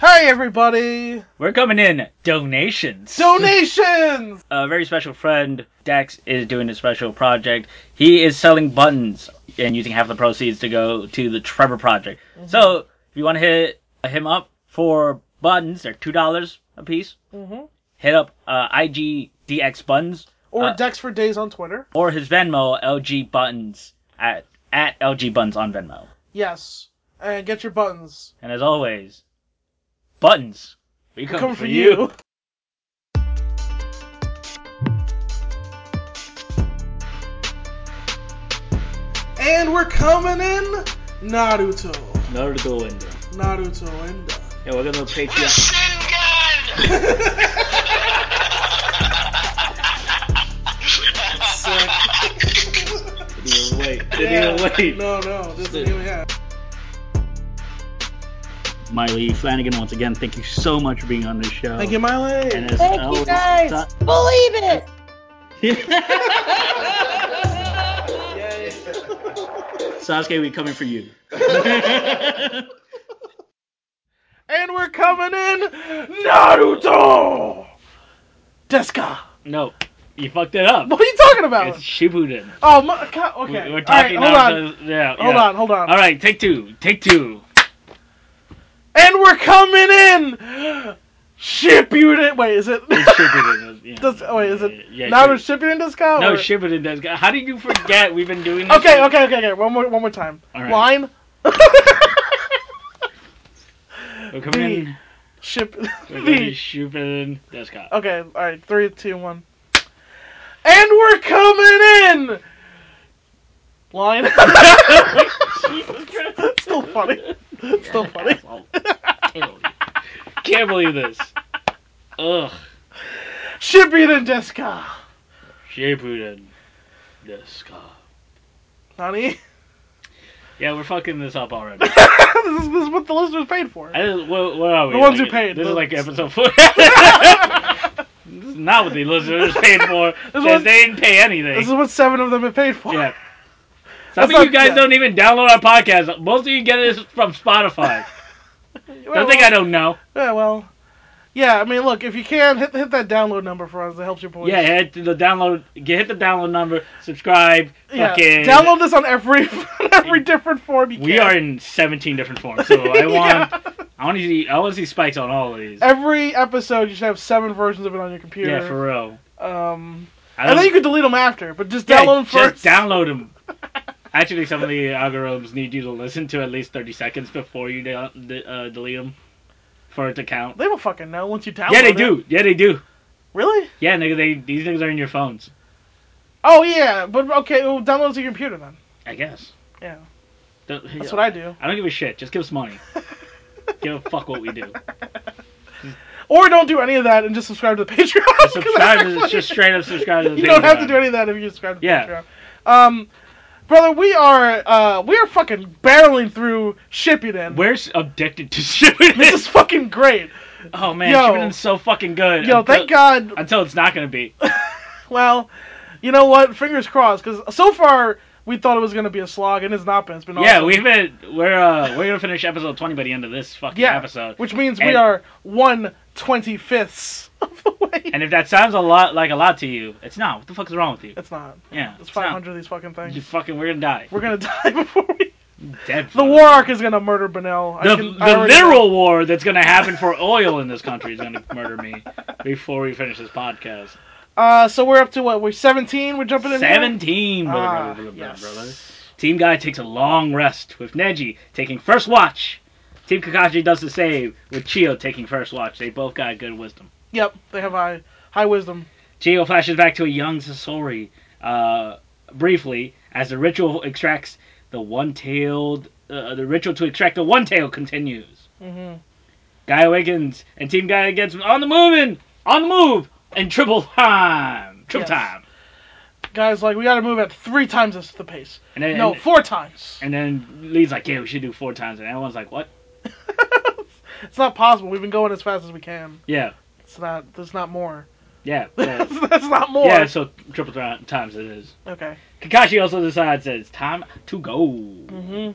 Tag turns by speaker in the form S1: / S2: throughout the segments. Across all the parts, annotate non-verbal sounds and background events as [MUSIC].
S1: Hi, everybody!
S2: We're coming in donations. [LAUGHS]
S1: Donations!
S2: a very special friend, Dax, is doing a special project. He is selling buttons and using half the proceeds to go to the Trevor Project. So, if you want to hit him up for buttons, they're $2 a piece.
S1: mm-hmm.
S2: Hit up uh, IGDX Buttons
S1: Or
S2: Uh,
S1: Dex for Days on Twitter.
S2: or his Venmo, LG Buttons, at, at LG Buttons on Venmo.
S1: Yes. And get your buttons.
S2: And as always, buttons. We come,
S1: Come
S2: for, you.
S1: And we're coming in Naruto.
S2: Naruto window.
S1: Naruto Enda.
S2: Yeah, we're gonna Patreon.
S3: Shingun!
S2: [LAUGHS]
S1: Sick.
S2: Didn't even wait.
S1: Yeah. No, no, this
S2: Sick.
S1: is new, yeah.
S2: Miley Flanagan, once again, thank you so much for being on this show.
S1: Thank you, Miley.
S2: And as
S4: Thank
S2: always,
S4: you guys.
S2: th-
S4: Believe it.
S2: [LAUGHS] Sasuke, we coming for you.
S1: And we're coming in Naruto! Deska!
S2: [LAUGHS] no, you fucked it up.
S1: What are you talking about?
S2: It's Shibuden.
S1: Oh my god,
S2: We-
S1: okay.
S2: We're talking
S1: All right, hold
S2: about
S1: on.
S2: the- yeah,
S1: Hold
S2: yeah.
S1: on, hold on.
S2: All right, take two. Take two.
S1: And we're coming in! Shipuden! Wait, is it?
S2: It's
S1: [LAUGHS]
S2: Shibuden. Yeah.
S1: Does, oh, wait, is
S2: Yeah,
S1: it
S2: yeah,
S1: now
S2: Shib-
S1: it's Shipuden discount?
S2: No,
S1: or-
S2: Shibuden does. How did you forget we've been doing this?
S1: Okay, okay, okay, okay. One more, one more time.
S2: All right.
S1: Line. [LAUGHS]
S2: We're coming in.
S1: Ship. [LAUGHS]
S2: We're coming
S1: The.
S2: Shibuden. That's got.
S1: Okay, all right. Three, two, one. And we're coming in. Line. [LAUGHS] Still funny.
S2: [LAUGHS]
S1: Still funny.
S2: Asshole. Totally. Can't believe this. Ugh.
S1: Shipuden Deska.
S2: Shibuden. This guy.
S1: Nani?
S2: Yeah, we're fucking this up already.
S1: [LAUGHS] this, is, this is what the listeners paid for.
S2: I just, what, what are
S1: [LAUGHS]
S2: we?
S1: The ones
S2: like,
S1: who paid.
S2: This
S1: The-
S2: is like episode four. [LAUGHS] this is not what the listeners
S1: [LAUGHS]
S2: paid for. 'cause
S1: one-
S2: they didn't pay anything.
S1: This is what seven of them have paid for. [LAUGHS]
S2: [LAUGHS] yeah. Some
S1: That's
S2: of you
S1: not-
S2: guys
S1: yeah.
S2: don't even download our podcast. Most of you get this
S1: [LAUGHS]
S2: from Spotify.
S1: Well,
S2: don't think I don't know.
S1: Yeah, well. Yeah, I mean, look, if you can, hit hit that download number for us. That helps your boys.
S2: Yeah, hit the download. Get hit the download number. Subscribe.
S1: Yeah,
S2: fucking.
S1: Download this on every [LAUGHS] on every different form you
S2: We
S1: can.
S2: are in 17 different forms,
S1: [LAUGHS]
S2: so I want
S1: Yeah.
S2: I want to see I want to see spikes on all of these.
S1: Every episode, you should have seven versions of it on your computer.
S2: Yeah, for real.
S1: Um,
S2: I
S1: and
S2: don't-
S1: then you can delete them after, but just
S2: Yeah,
S1: download them
S2: just
S1: first. [LAUGHS]
S2: download them. Actually, some of the algorithms need you to listen to at least 30 seconds before you del- de- uh, delete them for it to count.
S1: they don't fucking know once you download.
S2: Yeah, they
S1: it.
S2: do. Yeah, they do.
S1: Really?
S2: Yeah, nigga, they these things are in your phones.
S1: Oh yeah, but okay, well, download it to your computer then.
S2: I guess.
S1: Yeah,
S2: Don't-
S1: that's what I do.
S2: I don't give a shit. Just give us
S1: [LAUGHS]
S2: money. give a fuck what we do.
S1: Or don't do any of that and just subscribe to the [LAUGHS] Patreon. 'cause [LAUGHS]
S2: Subscribe.
S1: that's
S2: to-
S1: actually-
S2: just straight up subscribe to the
S1: you don't have to
S2: Patreon.
S1: do any of that if you subscribe to the
S2: Yeah.
S1: Patreon. Um, brother, we are uh, we are fucking barreling through Shippuden.
S2: We're s- addicted
S1: [LAUGHS]
S2: to shooting.
S1: this is fucking great.
S2: Oh man,
S1: Yo.
S2: Shippuden is so fucking good.
S1: Yo,
S2: until,
S1: thank God Oh.
S2: Until it's not gonna be.
S1: Well, you know what? Fingers crossed, because so far we thought it was gonna be a slog, and it's not been. It's been
S2: Yeah,
S1: awesome.
S2: we've been we're uh we're gonna finish episode twenty by the end of this fucking
S1: yeah,
S2: episode.
S1: which means we
S2: And-
S1: are one twenty fifths of the way.
S2: And if that sounds a lot like a lot to you, it's not. What the fuck is wrong with you?
S1: It's not.
S2: Yeah,
S1: It's
S2: not.
S1: five hundred of these fucking
S2: You
S1: things.
S2: fucking we're gonna die.
S1: We're gonna [LAUGHS] die before
S2: [LAUGHS]
S1: we.
S2: Dead.
S1: The Warark is gonna murder Benel. I
S2: The, the
S1: already know.
S2: literal war that's gonna happen for oil in this country is gonna murder
S1: [LAUGHS]
S2: me before we finish this podcast.
S1: Uh, so we're up to what? We're seventeen. We're jumping in. here?
S2: Seventeen, brother,
S1: Ah,
S2: brother, brother,
S1: yes.
S2: brother. Team Guy takes a long rest with Neji taking first watch. Team Kakashi does the same with Chio taking first watch. They both got good wisdom.
S1: Yep, they have high high wisdom.
S2: Geo flashes back to a young Sasori uh, briefly as the ritual extracts the one-tailed. Uh, the ritual to extract the one tail continues.
S1: hmm
S2: Guy awakens and Team Guy gets on the moving, on the move, and triple time, triple
S1: Yes.
S2: time.
S1: Guys, like we gotta move at three times this the pace.
S2: And then
S1: no,
S2: and,
S1: four times.
S2: and then Lee's like, yeah, we should do four times, and everyone's like, what?
S1: it's not possible. We've been going as fast as we can.
S2: Yeah,
S1: It's not. There's not more.
S2: yeah, yeah,
S1: [LAUGHS] that's, that's not more.
S2: yeah. So triple th- times it is.
S1: Okay.
S2: Kakashi also decides that it's time to go.
S1: Mm-hmm.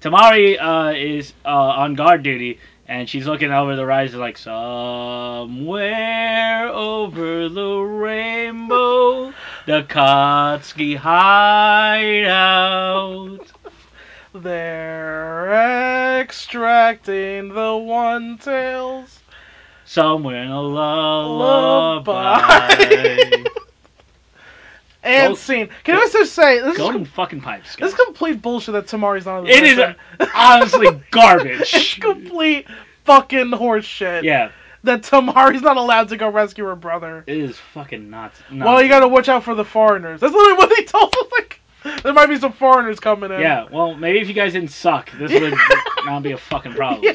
S2: Tamari uh, is uh, on guard duty and she's looking over the horizon like somewhere over the rainbow, the Kotsky hideout.
S1: They're extracting the one tails.
S2: Somewhere in a lullaby.
S1: Lullaby. And
S2: Go-
S1: scene. Can I also say this is,
S2: Golden
S1: com-
S2: fucking pipes.
S1: this is complete bullshit that Tamari's not on the
S2: It is
S1: list. [LAUGHS]
S2: honestly
S1: it's
S2: garbage.
S1: complete fucking horseshit.
S2: Yeah,
S1: That Tamari's not allowed to go rescue her brother.
S2: it is fucking nuts.
S1: Well, you gotta watch out for the foreigners. That's literally what they told him. Like, there might be some foreigners coming in.
S2: [LAUGHS] Yeah, well, maybe if you guys didn't suck, this [LAUGHS] would not be a fucking problem.
S1: [LAUGHS]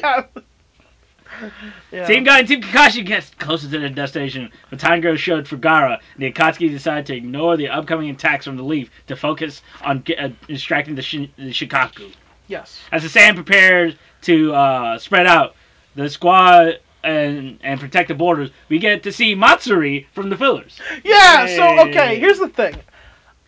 S1: Yeah. yeah.
S2: Team Guy and Team Kakashi gets closer to their destination, but time grows short for Gara, and the Akatsuki decide to ignore the upcoming attacks from the Leaf to focus on ge- uh, distracting the, Shin- the Shikaku.
S1: Yes.
S2: As the sand prepares to uh, spread out, the squad and and protect the borders, we get to see Matsuri from the fillers.
S1: Yeah. So okay,
S2: Yay.
S1: here's the thing.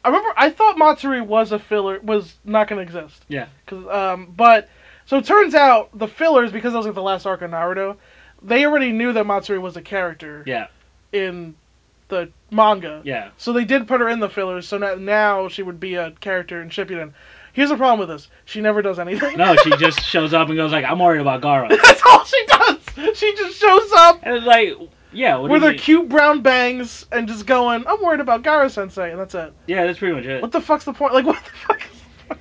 S1: I remember I thought Matsuri was a filler, was not gonna exist.
S2: Yeah.
S1: 'Cause, um, but so it turns out the fillers, because that was like the last arc of Naruto, they already knew that Matsuri was a character
S2: Yeah,
S1: in the manga.
S2: yeah.
S1: So they did put her in the fillers. So now, now she would be a character in Shippuden. Here's the problem with this: she never does anything.
S2: No, she just shows up and goes like, "I'm worried about
S1: [LAUGHS]
S2: Gara,"
S1: That's all she does. She just shows up
S2: and it's like, "Yeah, what do
S1: with
S2: you
S1: her
S2: mean?
S1: cute brown bangs and just going, "I'm worried about Gara Sensei," and that's it.
S2: Yeah, that's pretty much it.
S1: What the fuck's the point? Like, [LAUGHS] what the fuck?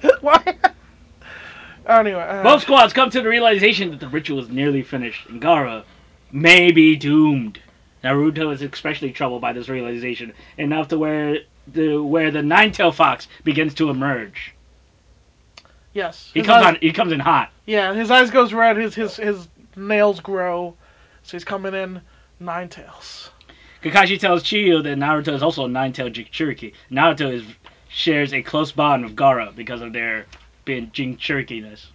S1: Is, why? anyway, uh,
S2: Both squads come to the realization that the ritual is nearly finished, and Gara may be doomed. Naruto is especially troubled by this realization, enough to where the where the nine-tailed fox begins to emerge.
S1: yes.
S2: He
S1: His
S2: comes
S1: eyes-
S2: on. He comes in hot.
S1: Yeah, his eyes goes red. His his his nails grow. So he's coming in nine tails.
S2: Kakashi tells Chiyo that Naruto is also a nine-tailed Jinchuriki. Naruto is shares a close bond with Gara because of their being Jinchurikiness.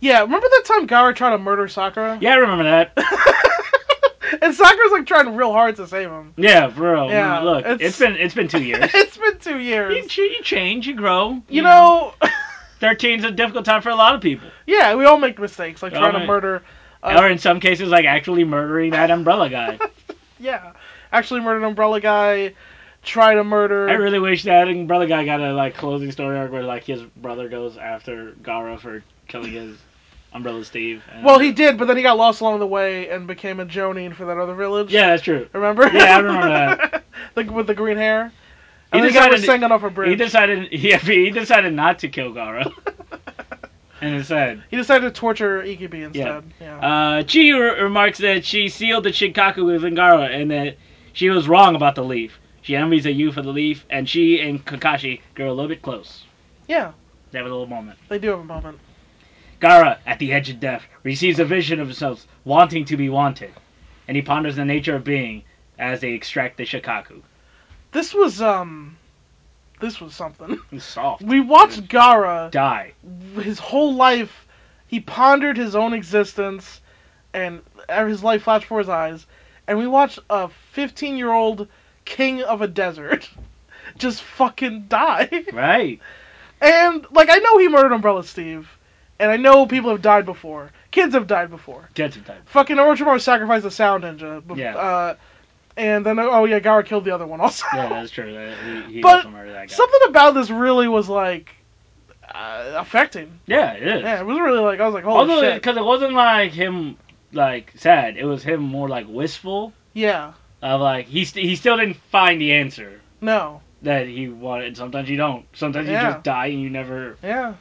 S1: Yeah, remember that time Gara tried to murder Sakura?
S2: Yeah, I remember that.
S1: [LAUGHS] And Sakura's like trying real hard to save him.
S2: Yeah, for real.
S1: Yeah,
S2: Look,
S1: it's-
S2: it's been it's been two years.
S1: [LAUGHS] it's been two
S2: you,
S1: years.
S2: ch- you change, you grow.
S1: You know, [LAUGHS]
S2: 13's a difficult time for a lot of people.
S1: yeah, we all make mistakes, like
S2: We all
S1: trying to
S2: make-
S1: murder.
S2: or in some cases, like actually murdering that umbrella guy.
S1: Yeah, actually murdered Umbrella guy. Try to murder.
S2: I really wish that umbrella guy got a like closing story arc where like his brother goes after Gara for killing his umbrella Steve. and-
S1: well, he did, but then he got lost along the way and became a Jonin for that other village.
S2: Yeah, that's true.
S1: Remember?
S2: Yeah, I remember that.
S1: [LAUGHS] the, with the green hair.
S2: He
S1: And he got
S2: decided-
S1: singing off a bridge.
S2: He decided. [LAUGHS] Yeah, he decided not to kill Gara. and it's sad.
S1: [LAUGHS] He decided to torture Ikibi instead. Yeah.
S2: Uh, Chi re- remarks that she sealed the Shinkaku with Ngara and that she was wrong about the leaf. She envies a you for the leaf, and she and Kakashi grow a little bit close.
S1: yeah,
S2: They have a little moment.
S1: they do have a moment.
S2: Gara, at the edge of death, receives a vision of himself wanting to be wanted, and he ponders the nature of being as they extract the Shikaku.
S1: This was um this was something. [LAUGHS]
S2: He's soft.
S1: We watched Gara
S2: Die.
S1: his whole life he pondered his own existence and his life flashed before his eyes and we watched a 15-year-old king of a desert [LAUGHS] just fucking die. [LAUGHS]
S2: Right.
S1: And like I know he murdered Umbrella Steve and I know people have died before. Kids have died before.
S2: Get some time.
S1: fucking Orochimaru sacrificed the sound ninja. bef-
S2: Yeah.
S1: Uh, and then oh yeah, Gara killed the other one also. [LAUGHS]
S2: Yeah, that's true. That- He, he
S1: But
S2: also murdered that guy.
S1: Something about this really was like uh, affecting.
S2: Yeah, it is.
S1: Yeah, it was really like I was like, holy
S2: Although,
S1: shit.
S2: because it wasn't like him, like, sad. It was him more, like, wistful.
S1: Yeah.
S2: Of, like, he, st- he still didn't find the answer
S1: No.
S2: that he wanted. Sometimes you don't. Sometimes
S1: Yeah.
S2: you just die and you never.
S1: Yeah.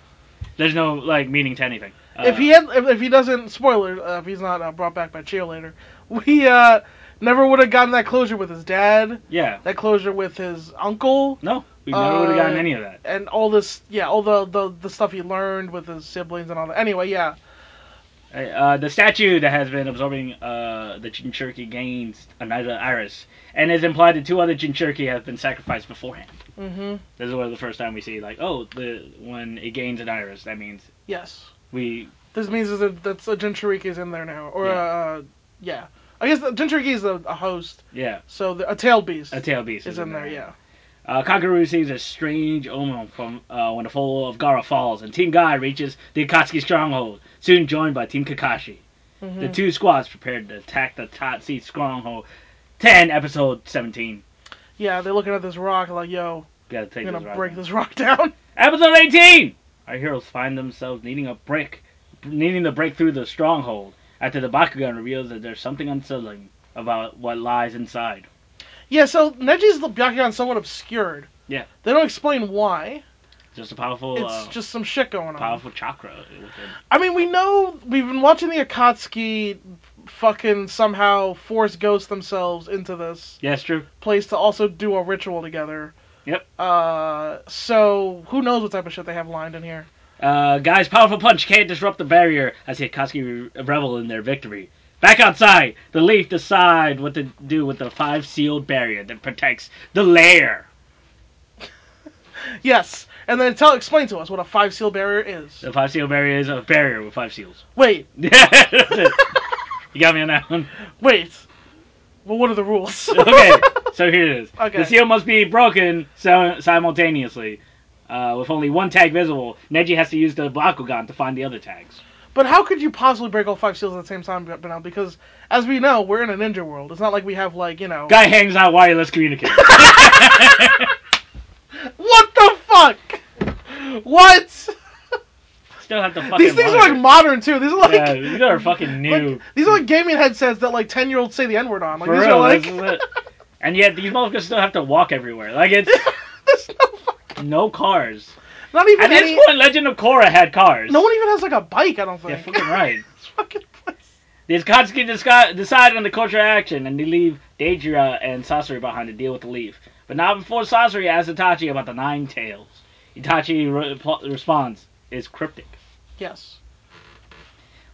S2: There's no, like, meaning to anything. Uh,
S1: if he had, if, if he doesn't, spoiler, uh, if he's not uh, brought back by Chio later, [LAUGHS] we uh, never would have gotten that closure with his dad,
S2: Yeah.
S1: that closure with his uncle,
S2: No, we never would have gotten
S1: Uh,
S2: any of that.
S1: and all this, yeah, all the, the the stuff he learned with his siblings and all that. Anyway, yeah.
S2: Uh, the statue that has been absorbing uh, the Jinchuriki gains another iris, and it's implied that two other Jinchuriki have been sacrificed beforehand.
S1: Mm-hmm.
S2: This is where the first time we see, like, oh, the when it gains an iris, that means
S1: Yes.
S2: we.
S1: This means is that that's a Jinchuriki is in there now, or
S2: Yeah.
S1: uh, yeah. I guess the Jinchuriki is a, a host,
S2: Yeah,
S1: so the, a tailed beast
S2: a tail beast
S1: is in there. Yeah.
S2: Uh, Kakaru receives a strange omen from uh, when the fall of Gara falls, and Team Guy reaches the Akatsuki stronghold, soon joined by Team Kakashi.
S1: Mm-hmm.
S2: The two squads prepared to attack the Tatsi stronghold. 10, episode 17.
S1: Yeah, they're looking at this rock like, yo,
S2: Gotta take
S1: I'm
S2: this
S1: gonna
S2: rock
S1: break
S2: down.
S1: this rock [LAUGHS] down.
S2: Episode 18! Our heroes find themselves needing a break, needing to break through the stronghold after the Bakugan reveals that there's something unsettling about what lies inside.
S1: Yeah, so Neji's the Byakugan somewhat obscured.
S2: Yeah.
S1: They don't explain why.
S2: Just a powerful,
S1: It's
S2: uh,
S1: just some shit going on.
S2: powerful chakra. within.
S1: I mean, we know we've been watching the Akatsuki fucking somehow force ghost themselves into this
S2: Yeah, it's true.
S1: place to also do a ritual together.
S2: Yep.
S1: Uh, so who knows what type of shit they have lined in here?
S2: Uh, guys, powerful punch can't disrupt the barrier as Hikatsuki re- revel in their victory. Back outside, the Leaf decide what to do with the five sealed barrier that protects the lair.
S1: Yes, and then tell explain to us what a five seal barrier is.
S2: The five sealed barrier is a barrier with five seals. [LAUGHS]
S1: Wait,
S2: Yeah, that's it. you got me on that one.
S1: wait. Well, what are the
S2: [LAUGHS]
S1: rules? [LAUGHS]
S2: Okay, so here it is.
S1: Okay.
S2: The seal must be broken so- simultaneously. Uh, with only one tag visible, Neji has to use the Bakugan to find the other tags.
S1: But how could you possibly break all five seals at the same time, Benel? Because as we know, we're in a ninja world. It's not like we have like you know.
S2: Guy hangs out wireless
S1: [LAUGHS]
S2: communicator.
S1: What the fuck? [LAUGHS] What?
S2: Still have to fucking.
S1: These things are like
S2: monitor.
S1: modern too. These are like
S2: yeah, these are fucking new.
S1: like, these are like gaming headsets that like ten year olds say the N word on. Like
S2: For
S1: these
S2: real,
S1: are like
S2: this is it. And yet these motherfuckers still have to walk everywhere. Like
S1: [LAUGHS]
S2: it's
S1: there's no fuck-
S2: no cars.
S1: not even
S2: At
S1: any,
S2: this point, Legend of Korra had cars.
S1: no one even has like a bike. I don't
S2: You're
S1: think.
S2: fucking right.
S1: It's [LAUGHS] fucking place.
S2: The Akatsuki disca- decide on the culture action, and they leave Deidara and Sasori behind to deal with the leaf. But not before Sasori asks Itachi about the Nine Tails. Itachi re- pl- responds, "It's cryptic."
S1: Yes.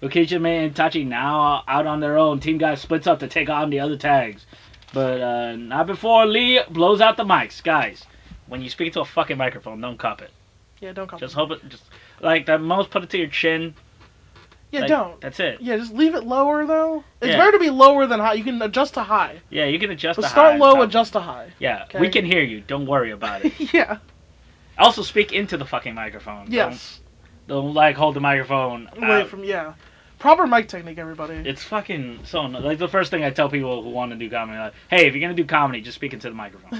S2: Okishima and Itachi now out on their own. Team guys splits up to take on the other tags. But uh, not before Lee blows out the mics. Guys, when you speak to a fucking microphone, don't cop it.
S1: Yeah. Don't call.
S2: Just hope it, just like that most put it to your chin.
S1: yeah.
S2: like,
S1: don't.
S2: That's it.
S1: Yeah. Just leave it lower though. It's
S2: Yeah.
S1: better to be lower than high. You can adjust to high.
S2: Yeah, you can adjust
S1: So
S2: the
S1: start
S2: high,
S1: low,
S2: stop-
S1: adjust to
S2: [LAUGHS]
S1: high. [LAUGHS]
S2: Yeah,
S1: Okay.
S2: we can hear you. Don't worry about it.
S1: yeah.
S2: also, speak into the fucking microphone.
S1: Yes.
S2: Don't, don't like hold the microphone.
S1: Away
S2: out.
S1: from yeah. Proper mic technique, everybody.
S2: It's fucking so anno- like the first thing I tell people who want to do comedy, like, hey, if you're gonna do comedy, just speak into the
S1: [LAUGHS]
S2: microphone.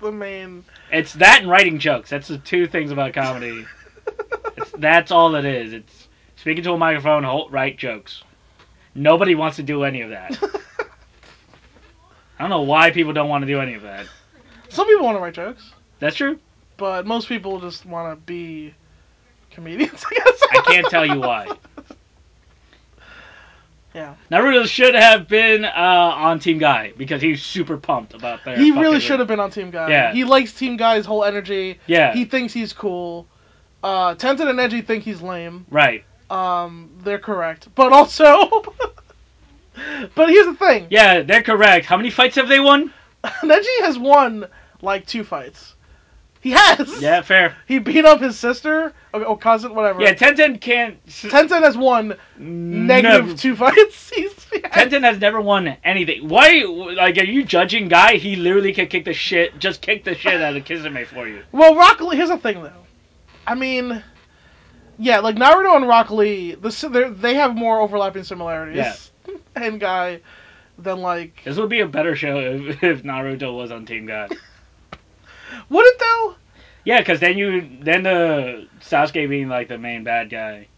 S1: the
S2: [LAUGHS]
S1: main.
S2: It's that and writing jokes. That's the two things about comedy. It's, that's all it is. It's speaking to a microphone, hold, write jokes. Nobody wants to do any of that. I don't know why people don't want to do any of that.
S1: Some people want to write jokes,
S2: That's true.
S1: but most people just want to be comedians. [LAUGHS] I guess.
S2: I can't tell you why.
S1: Yeah.
S2: Naruto should have been uh, on Team Guy because he's super pumped about their.
S1: He
S2: fucking-
S1: really should have been on Team Guy.
S2: Yeah.
S1: He likes Team Guy's whole energy.
S2: Yeah.
S1: He thinks he's cool. Uh, Tenten and Edgy think he's lame.
S2: Right.
S1: Um, they're correct, but also. [LAUGHS] but here's the thing.
S2: Yeah, they're correct. How many fights have they won?
S1: [LAUGHS] Neji has won like two fights. He has.
S2: Yeah, fair.
S1: He beat up his sister or, or cousin, whatever.
S2: Yeah, Tenten can't. s-
S1: Tenten has won negative
S2: never-
S1: two fights. [LAUGHS] He's,
S2: Tenten has never won anything. Why? Like, are you judging Guy? He literally could kick the shit. Just kick the shit out of Kizame for you.
S1: Well, Rock Lee. Here's the thing, though. I mean, yeah, like Naruto and Rock Lee, the, si- they're- they have more overlapping similarities.
S2: Yeah.
S1: [LAUGHS] and Guy, than like
S2: This would be a better show if, if Naruto was on Team Guy.
S1: would it though?
S2: Yeah, because then you then the Sasuke being like the main bad guy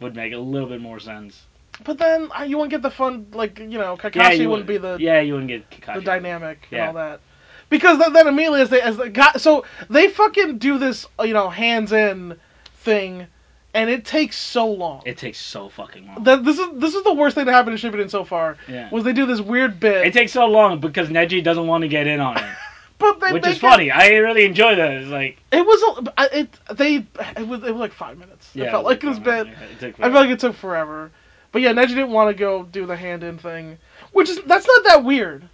S2: would make a little bit more sense.
S1: But then uh, you wouldn't get the fun, like you know, Kakashi
S2: yeah, you
S1: wouldn't be the
S2: yeah you wouldn't get Kakashi.
S1: the dynamic and
S2: Yeah.
S1: all that. Because then, then immediately as they as the guy, so they fucking do this uh, you know hands in thing, and it takes so long.
S2: It takes so fucking long.
S1: That this is this is the worst thing that happened to Shippuden so far.
S2: yeah.
S1: Was they do this weird bit,
S2: It takes so long because Neji doesn't want to get in on it,
S1: but [LAUGHS] they
S2: which
S1: make
S2: is funny. I really enjoy that. It's like
S1: It, it was a, I- it they it was it was like five minutes.
S2: yeah,
S1: it felt like it was
S2: it's
S1: bad.
S2: It took
S1: I felt like it took forever. But yeah, Neji didn't want to go do the hand in thing, which is that's not that weird.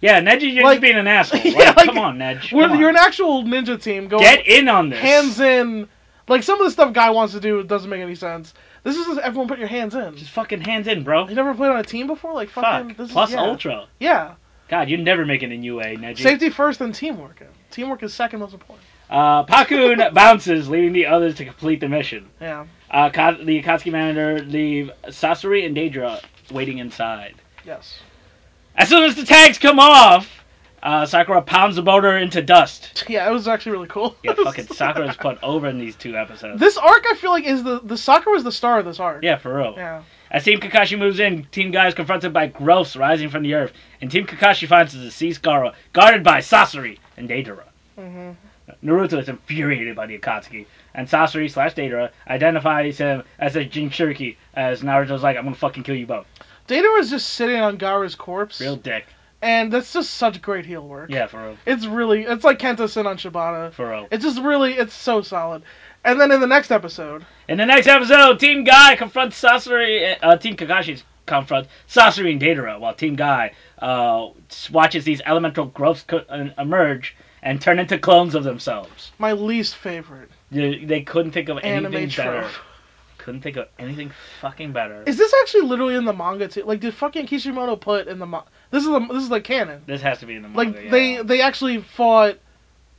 S2: yeah, Neji, you're
S1: like-
S2: just
S1: [LAUGHS]
S2: being an asshole. Like,
S1: Yeah, like,
S2: come on, Neji.
S1: Where
S2: come on.
S1: you're an actual ninja team going
S2: get in on this.
S1: hands in. Like some of the stuff guy wants to do doesn't make any sense. This is just everyone put your hands in.
S2: Just fucking hands in, bro.
S1: You never played on a team before, like fucking.
S2: Fuck.
S1: This
S2: Plus
S1: is, yeah.
S2: ultra.
S1: Yeah,
S2: God, you're never making an UA, Neji.
S1: safety first and teamwork. Teamwork is second most important. [LAUGHS]
S2: Uh, Pakun bounces, leaving the others to complete the mission.
S1: Yeah,
S2: Uh, Ka- the Akatsuki Manager leave Sasori and Daedra waiting inside.
S1: Yes.
S2: As soon as the tags come off, uh, Sakura pounds the boulder into dust.
S1: [LAUGHS] Yeah, [LAUGHS] it was actually really cool.
S2: Yeah, fucking Sakura's put over in these two episodes.
S1: This arc, I feel like, is the the soccer was the star of this arc.
S2: Yeah, for real.
S1: Yeah.
S2: As Team Kakashi moves in, Team Guy is confronted by growths rising from the earth, and Team Kakashi finds the deceased Gara guarded by Sasori and Deidara.
S1: hmm
S2: Naruto is infuriated by the Akatsuki, and Sasori slash Deidara identifies him as a Jinchuriki, as Naruto's like, I'm gonna fucking kill you both.
S1: Data was just sitting on Gaara's corpse,
S2: Real dick.
S1: and that's just such great heel work.
S2: Yeah, for real.
S1: It's really, it's like Kenta Sin on Shibata.
S2: For real.
S1: It's just really, it's so solid. And then in the next episode,
S2: In the next episode, Team Guy confronts Sasori, uh, Team Kakashi confronts Sasori and Deidara, while Team Guy uh, watches these elemental growths co- uh, emerge and turn into clones of themselves.
S1: my least favorite
S2: They they couldn't think of anything
S1: anime
S2: better.
S1: trope.
S2: Couldn't think of anything fucking better.
S1: Is this actually literally in the manga too? Like, did fucking Kishimoto put in the mo- this is the this is the canon.
S2: this has to be in the manga.
S1: Like
S2: yeah.
S1: they they actually fought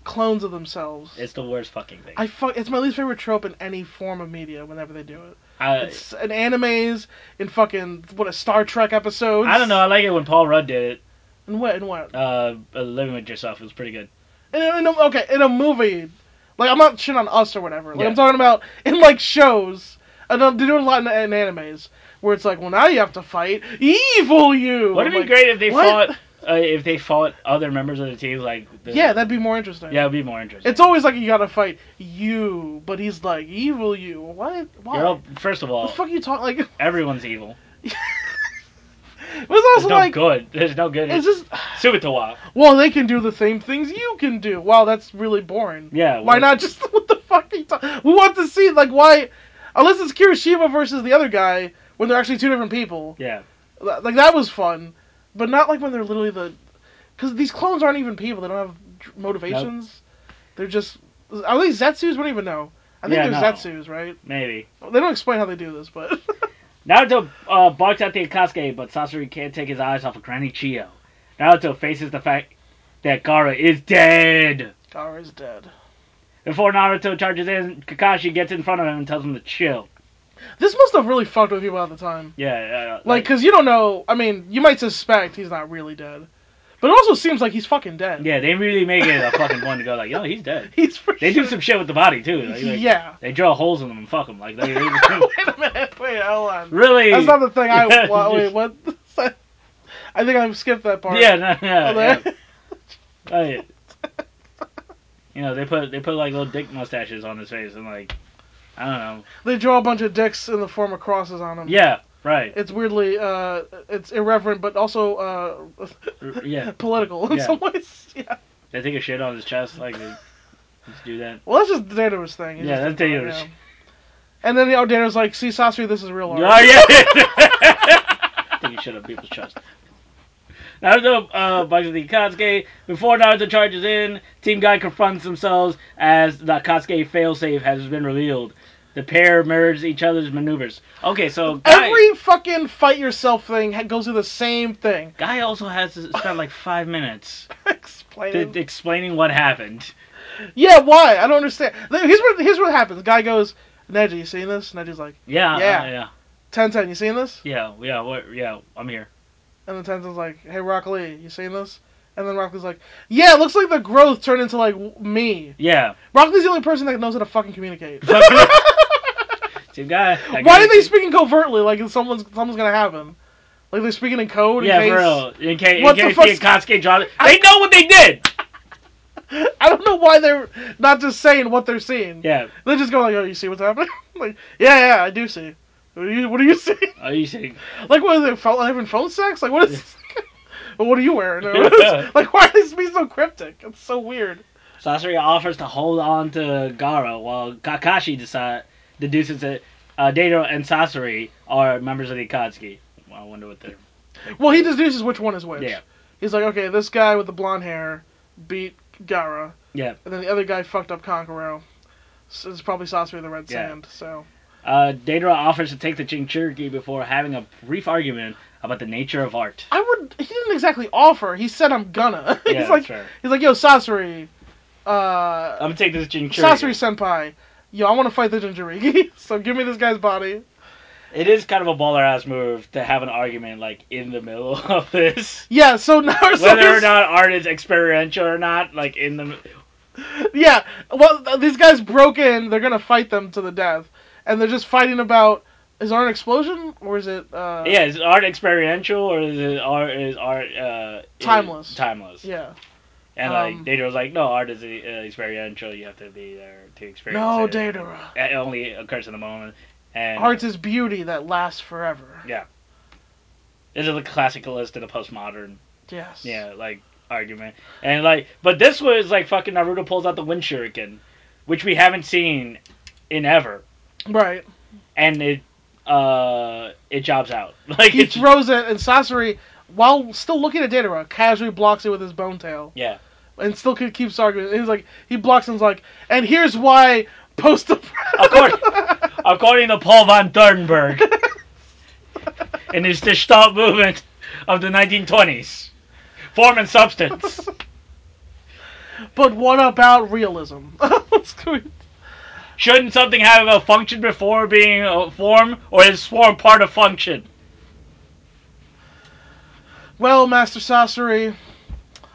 S1: clones of themselves.
S2: It's the worst fucking thing.
S1: I fuck. It's my least favorite trope in any form of media. Whenever they do it,
S2: I,
S1: it's in animes, in fucking what a Star Trek episodes.
S2: I don't know. I like it when Paul Rudd did
S1: And what and what?
S2: it. Uh, Living with Yourself it was pretty good.
S1: In, in a, okay, in a movie, like I'm not shit on us or whatever. Like
S2: Yeah.
S1: I'm talking about in like shows. I know they do it a lot in, in animes where it's like, well, now you have to fight evil you.
S2: Would it
S1: I'm
S2: be
S1: like,
S2: great if they
S1: what?
S2: fought? Uh, if they fought other members of the team, like the,
S1: Yeah, that'd be more interesting.
S2: yeah, it'd be more interesting.
S1: It's always like you gotta fight you, but he's like evil you. What? Why?
S2: You're all, first of
S1: the
S2: all,
S1: fuck you talk like? [LAUGHS] It
S2: everyone's evil.
S1: was
S2: There's
S1: also
S2: no
S1: like
S2: good. [LAUGHS] There's no good.
S1: it's
S2: It's
S1: just
S2: Subitawa.
S1: well they can do the same things you can do. Wow, that's really boring.
S2: Yeah. well,
S1: Why not just [LAUGHS] what the fuck you talk? We want to see like why, unless it's Kirishima versus the other guy when they're actually two different people.
S2: Yeah.
S1: Th- Like that was fun, but not like when they're literally the, because these clones aren't even people. They don't have dr- motivations. They're just are they Zetsus? We don't even know. I think
S2: Yeah,
S1: they're
S2: no.
S1: Zetsus, right?
S2: Maybe.
S1: They don't explain how they do this, but [LAUGHS]
S2: Naruto uh, barks at the Akatsuki, but Sasori can't take his eyes off of Granny Chio. Naruto faces the fact that Gara is dead.
S1: Gaara is dead.
S2: Before Naruto charges in, Kakashi gets in front of him and tells him to chill.
S1: This must have really fucked with people at the time.
S2: Yeah, uh,
S1: Like, cause you don't know. I mean, you might suspect he's not really dead, but it also seems like he's fucking dead.
S2: yeah, they really make it a fucking point to go like, yo, he's dead.
S1: He's for
S2: They do
S1: sure-
S2: some shit with the body too. Like,
S1: [LAUGHS]
S2: like,
S1: yeah.
S2: they drill holes in them and fuck them. Like, they,
S1: [LAUGHS]
S2: [LAUGHS]
S1: wait a minute. Wait, hold on.
S2: really.
S1: That's not the thing. I
S2: Yeah,
S1: wa- wait.
S2: just-
S1: What? I think I skipped that part.
S2: Yeah, no, no,
S1: Oh,
S2: yeah.
S1: there-
S2: Right. You know, they put they put like little dick mustaches on his face and like, I don't know.
S1: [LAUGHS] They draw a bunch of dicks in the form of crosses on them.
S2: Yeah, right.
S1: It's weirdly, uh, it's irreverent, but also uh,
S2: R- yeah,
S1: [LAUGHS] political in
S2: Yeah.
S1: some ways. [LAUGHS] Yeah.
S2: they take a shit on his chest like, they just do that.
S1: Well, that's just the Data's thing. He
S2: Yeah,
S1: just
S2: that's
S1: did that,
S2: Data's.
S1: yeah. And then the oh, Data's like, see, Sasori, this is real art.
S2: Oh yeah. [LAUGHS] Think you should have people's trust. Naruto uh, bugs the Akatsuki. Before Naruto charges in, Team Guy confronts themselves as the Akatsuki failsafe has been revealed. The pair mirrors each other's maneuvers. Okay, so Guy,
S1: Every fucking fight yourself thing ha- goes through the same thing. [LAUGHS]
S2: Guy also has to spend like five minutes
S1: Explain.
S2: d-
S1: it.
S2: explaining what happened.
S1: Yeah, why? I don't understand. Th- Here's what here's what happens. Guy goes, Neji, you seen this? Neji's like,
S2: Yeah, uh,
S1: Yeah.
S2: yeah,
S1: Ten Ten, you seen this?
S2: yeah, yeah, what, yeah. I'm here.
S1: And then Tenzin's like, Hey, Rock Lee, you seen this? And then Rock Lee's like, Yeah, it looks like the growth turned into like w- me.
S2: Yeah.
S1: Rock Lee's the only person that knows how to fucking
S2: [LAUGHS]
S1: communicate. [LAUGHS]
S2: Team Guy.
S1: Why are they speaking covertly? Like if someone's someone's gonna have him. Like they're speaking in code.
S2: Yeah,
S1: in
S2: for
S1: case...
S2: real. In case, in
S1: What the
S2: case the
S1: fuck's-
S2: Akatsuki draws it. They know what they did!
S1: [LAUGHS] I don't know why they're not just saying what they're seeing.
S2: Yeah.
S1: They just go like, "Oh, you see what's happening?" [LAUGHS] like, yeah, yeah, I do see. What do you, what do you see?
S2: Are you saying?
S1: Like, what are they phone, having phone sex? Like, what is? But [LAUGHS] what are you
S2: [LAUGHS]
S1: wearing?
S2: Yeah.
S1: like, why are these being so cryptic? It's so weird.
S2: Sasori offers to hold on to Gara while Kakashi decide, deduces that uh, Deidara and Sasori are members of the Akatsuki. Well, I wonder what they're.
S1: Well, he deduces which one is which.
S2: Yeah.
S1: He's like, okay, this guy with the blonde hair beat Gara,
S2: Yeah.
S1: and then the other guy fucked up Konkoro. So it's probably Sasori the Red
S2: Yeah.
S1: Sand. So
S2: Uh, Deidara offers to take the Jinchuriki before having a brief argument about the nature
S1: [LAUGHS]
S2: of art.
S1: I would. He didn't exactly offer. He said, "I'm gonna." [LAUGHS]
S2: Yeah,
S1: he's
S2: that's
S1: like,
S2: right.
S1: he's like, yo, Sasori. Uh,
S2: I'm gonna take this Jinchuriki.
S1: Sasori Senpai, yo, I want to fight the Jinjuriki, [LAUGHS] so give me this guy's body.
S2: It is kind of a baller ass move to have an argument like in the middle [LAUGHS] of this.
S1: Yeah, so Naruto.
S2: Whether or
S1: is-
S2: not art is experiential or not, like in the
S1: Uh, Yeah, well, th- these guys broke in. They're gonna fight them to the death, and they're just fighting about is there an explosion or is it? Uh,
S2: yeah, is art experiential or is it art is art uh, is
S1: Timeless.
S2: timeless.
S1: Yeah. Um,
S2: And like Data was like, no, art is uh, experiential. You have to be there to experience.
S1: No,
S2: it.
S1: Datara.
S2: It only occurs in the moment. And
S1: Art's is beauty that lasts forever.
S2: this is a classicalist and a postmodern.
S1: Yes.
S2: Yeah, like argument. And like, but this was like fucking Naruto pulls out the wind shuriken, which we haven't seen in ever,
S1: Right.
S2: and it uh it jobs out. [LAUGHS] Like
S1: He
S2: it's
S1: throws it, and Sasori, while still looking at Datara, casually blocks it with his bone tail,
S2: yeah.
S1: and still c- keeps arguing. He's like, he blocks and's like, and here's why post.
S2: Of course. According to Paul von Thurnberg, in his Gestalt movement of the 1920s, form and substance.
S1: [LAUGHS] but what about realism? [LAUGHS] What's going-
S2: Shouldn't something have a function before being a form, or is form part of function? [LAUGHS]
S1: well, Master Sasori,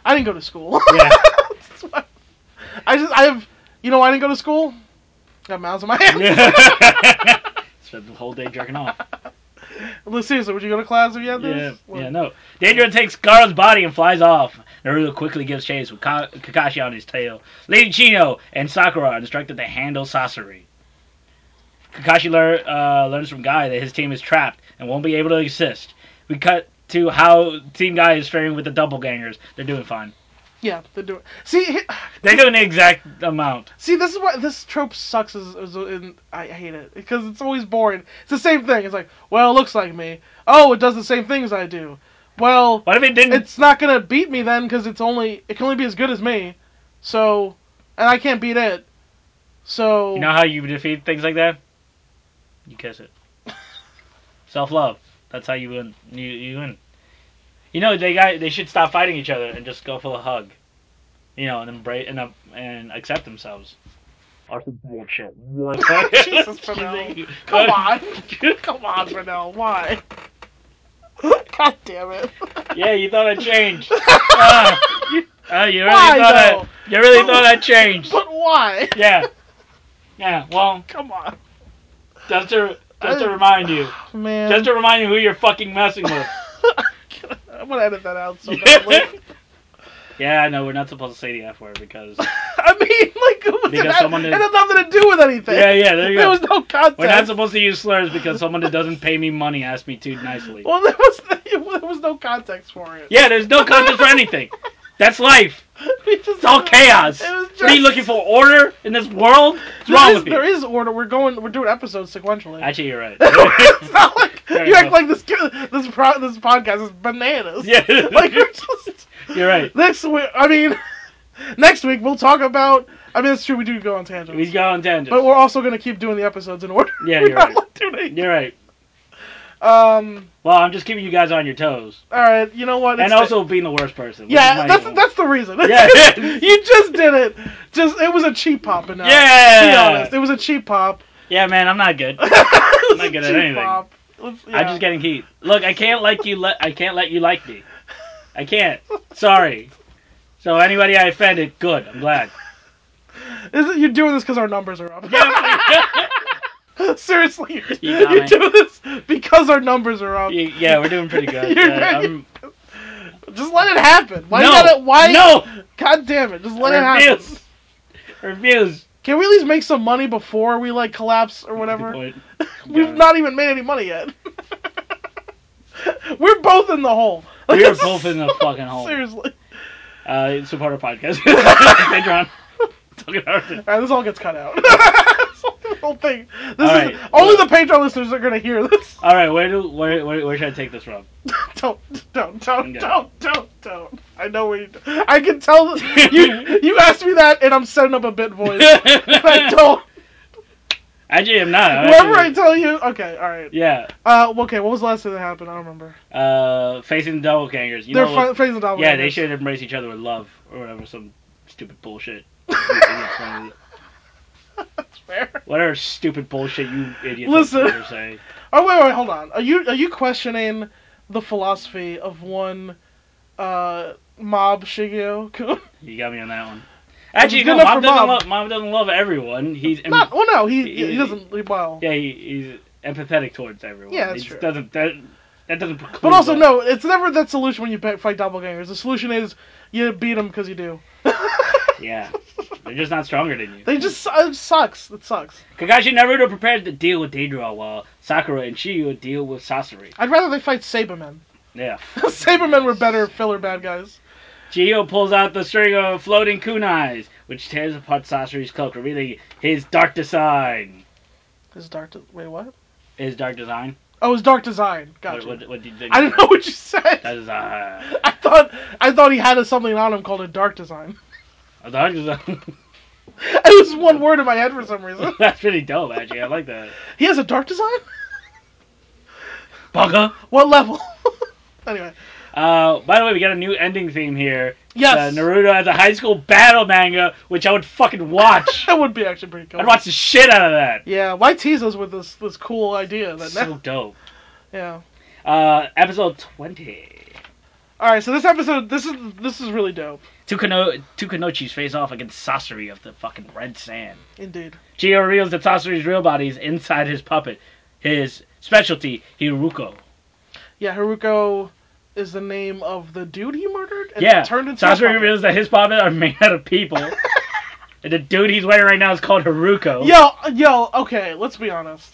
S1: I didn't go to school. [LAUGHS]
S2: Yeah.
S1: That's why- I just, I have, you know, why I didn't go to school. Got mounds on my hands. [LAUGHS]
S2: Spend the whole day jerking off.
S1: Well, Seriously, would you go to class if you had
S2: Yeah,
S1: this? Well,
S2: yeah, no. Deidre takes Garo's body and flies off. Naruto quickly gives chase with Ka- Kakashi on his tail. Lady Chino and Sakura are instructed to handle Sasori. Kakashi lear- uh, learns from Guy that his team is trapped and won't be able to assist. We cut to how Team Guy is faring with the doppelgangers. They're doing fine.
S1: yeah, they're doing. See, he-
S2: They're doing the exact amount.
S1: See, this is why this trope sucks. Is, is in, I hate it because it's always boring. It's the same thing. It's like, well, it looks like me. Oh, it does the same things I do. Well,
S2: What if it didn't?
S1: it's not gonna beat me then because it's only it can only be as good as me. So, and I can't beat it. So
S2: You know how you defeat things like that? You kiss [LAUGHS] it. Self love. That's how you win. You, you win. You know they got they should stop fighting each other and just go for a hug. You know and embrace and uh, and accept themselves. Or some bullshit. [LAUGHS]
S1: Jesus, Fennell. come on, [LAUGHS] come on, Brunel,
S2: [LAUGHS]
S1: why? God damn it!
S2: Yeah, you thought I changed.
S1: [LAUGHS]
S2: Ah, you- oh, you really
S1: Why,
S2: thought
S1: though?
S2: I, you really
S1: [LAUGHS]
S2: thought I changed.
S1: But why?
S2: Yeah. Yeah. Well,
S1: Come on,
S2: just to just to remind you,
S1: man.
S2: just to [LAUGHS] remind you who you're fucking messing with.
S1: I'm gonna edit that out so badly. [LAUGHS]
S2: Yeah, no, we're not supposed to say the F word because.
S1: I mean, like, it, was
S2: Because
S1: an ad-
S2: someone
S1: it
S2: is-
S1: had nothing to do with anything.
S2: yeah, yeah, there you
S1: There
S2: go.
S1: was no context.
S2: We're not supposed to use slurs because someone that doesn't pay me money asked me to nicely.
S1: well, there was there was no context for it.
S2: Yeah, there's no context for anything. That's life.
S1: [LAUGHS] We just,
S2: It's all
S1: [LAUGHS]
S2: chaos.
S1: It was just,
S2: What are you looking for? Order in this world? What's
S1: There
S2: wrong
S1: is-
S2: with
S1: There
S2: you?
S1: is order. We're going. We're doing episodes sequentially.
S2: Actually, you're right.
S1: it's not like
S2: Fair
S1: you act
S2: enough.
S1: like this this pro, this podcast is bananas.
S2: yeah,
S1: [LAUGHS] like you're just
S2: [LAUGHS] you're right.
S1: next week. I mean, [LAUGHS] next week we'll talk about. I mean, it's true. We do go on tangents.
S2: We go on tangents.
S1: But we're also gonna keep doing the episodes in order. [LAUGHS]
S2: Yeah,
S1: We're
S2: you're
S1: not
S2: right.
S1: like doing it.
S2: You're right.
S1: Um.
S2: Well, I'm just keeping you guys on your toes,
S1: All right. You know what?
S2: and
S1: It's-
S2: also being the worst person. which is
S1: yeah,
S2: not
S1: that's
S2: even-
S1: that's the reason.
S2: Yeah.
S1: [LAUGHS] you just did it. Just it was a cheap pop, and
S2: Yeah.
S1: Be honest, it was a cheap pop. [LAUGHS]
S2: yeah, man, I'm not good.
S1: I'm
S2: not good at anything. I'm just getting heat. Look, I can't like you. Le- I can't let you like me. I can't. Sorry. So anybody I offended, good. I'm glad. [LAUGHS]
S1: Is it, you're doing this because our numbers are up.
S2: yeah,
S1: [LAUGHS] Seriously,
S2: You got
S1: you're
S2: me.
S1: doing this because our numbers are up.
S2: [LAUGHS] yeah, we're doing pretty good.
S1: You're
S2: Yeah, I'm-
S1: Just let it happen. Why
S2: no,
S1: you gotta? Why?
S2: no
S1: God damn it! Just let it happen.
S2: Refuse. reviews.
S1: Can we at least make some money before we like collapse or whatever?
S2: Good point.
S1: We've
S2: God.
S1: not even made any money yet. [LAUGHS] We're both in the hole. [LAUGHS]
S2: We are both in the fucking hole.
S1: Seriously.
S2: Uh, support our podcast. [LAUGHS] Patreon. Talking about-
S1: Alright, this all gets cut out. [LAUGHS] This whole thing. This
S2: All
S1: is
S2: right.
S1: only the Patreon listeners are gonna hear this.
S2: All right, where do where, where where should I take this from?
S1: [LAUGHS] don't, don't, don't,
S2: Okay.
S1: don't, don't, don't. I know we. I can tell
S2: [LAUGHS]
S1: that- you. You asked me that, and I'm setting up a bit voice. I don't.
S2: Actually, I'm not. I'm
S1: Wherever I
S2: actually-
S1: tell you. Okay, all right.
S2: yeah,
S1: Uh, okay. What was the last thing that happened? I don't remember.
S2: uh, facing the doppelgangers. You
S1: They're
S2: know what-
S1: fi- phrasing the
S2: Yeah, they should [LAUGHS] embrace each other with love or whatever, some stupid bullshit.
S1: That's fair.
S2: Whatever stupid bullshit you idiots
S1: Listen.
S2: on Twitter say.
S1: [LAUGHS] Oh wait, wait, hold on. Are you are you questioning the philosophy of one uh, mob Shigeo? [LAUGHS] Kun?
S2: You got me on that one.
S1: Good
S2: Actually, no,
S1: enough
S2: mom
S1: for
S2: doesn't,
S1: Mom.
S2: Love, mom doesn't love everyone. He's em-
S1: Not. Well, no, he
S2: He-
S1: he doesn't. Well,
S2: yeah, he, he's empathetic towards everyone.
S1: Yeah, that's
S2: It
S1: true.
S2: Doesn't that that doesn't preclude.
S1: but also
S2: that.
S1: no, it's never that solution when you ba- fight doppelgangers. The solution is you beat them because you do.
S2: Yeah, they're just not stronger than you.
S1: They just su- it sucks. It sucks.
S2: Kakashi and Naruto prepared to deal with Deidara while Sakura and Shiryu deal with Sasori.
S1: I'd rather they fight Sabermen. [LAUGHS]
S2: Yeah.
S1: Sabermen were better filler bad guys.
S2: Gio pulls out the string of floating kunais, which tears apart Sasori's cloak, revealing his dark design.
S1: His dark. De- Wait, what?
S2: His dark design?
S1: Oh, his dark design. Gotcha.
S2: What, what, what did you
S1: [LAUGHS]
S2: think?
S1: I don't know what you
S2: [LAUGHS] That
S1: said.
S2: is, uh,
S1: [LAUGHS] I thought I thought he had a, something on him called a dark design. [LAUGHS]
S2: a dark design. [LAUGHS]
S1: It was one word in my head for some reason.
S2: That's pretty dope, actually. I like that.
S1: He has a dark design. [LAUGHS]
S2: Bugger.
S1: What level? [LAUGHS] anyway,
S2: Uh, by the way, we got a new ending theme here.
S1: yes,
S2: Uh, Naruto has a high school battle manga, which I would
S1: [LAUGHS]
S2: fucking watch.
S1: that would be actually pretty cool.
S2: I'd watch the shit out of that.
S1: Yeah, why tease us with this this cool idea that
S2: So dope.
S1: yeah.
S2: Uh, episode 20.
S1: All right, so this episode, this is this is really dope,
S2: Tukano- Tukanochi's face off against Sasori of the fucking Red Sand.
S1: indeed.
S2: Gio reveals that Sasori's real body is inside his puppet, his specialty, Hiruko.
S1: Yeah, Haruko is the name of the dude he murdered and
S2: yeah,
S1: turned into. a
S2: Sasori
S1: puppet.
S2: reveals that his puppet are made out of people,
S1: [LAUGHS]
S2: and the dude he's wearing right now is called Haruko.
S1: Yo, yo, okay, let's be honest.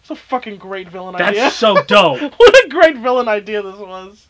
S1: It's a fucking great villain
S2: That's
S1: idea.
S2: so dope.
S1: [LAUGHS] what a great villain idea this was.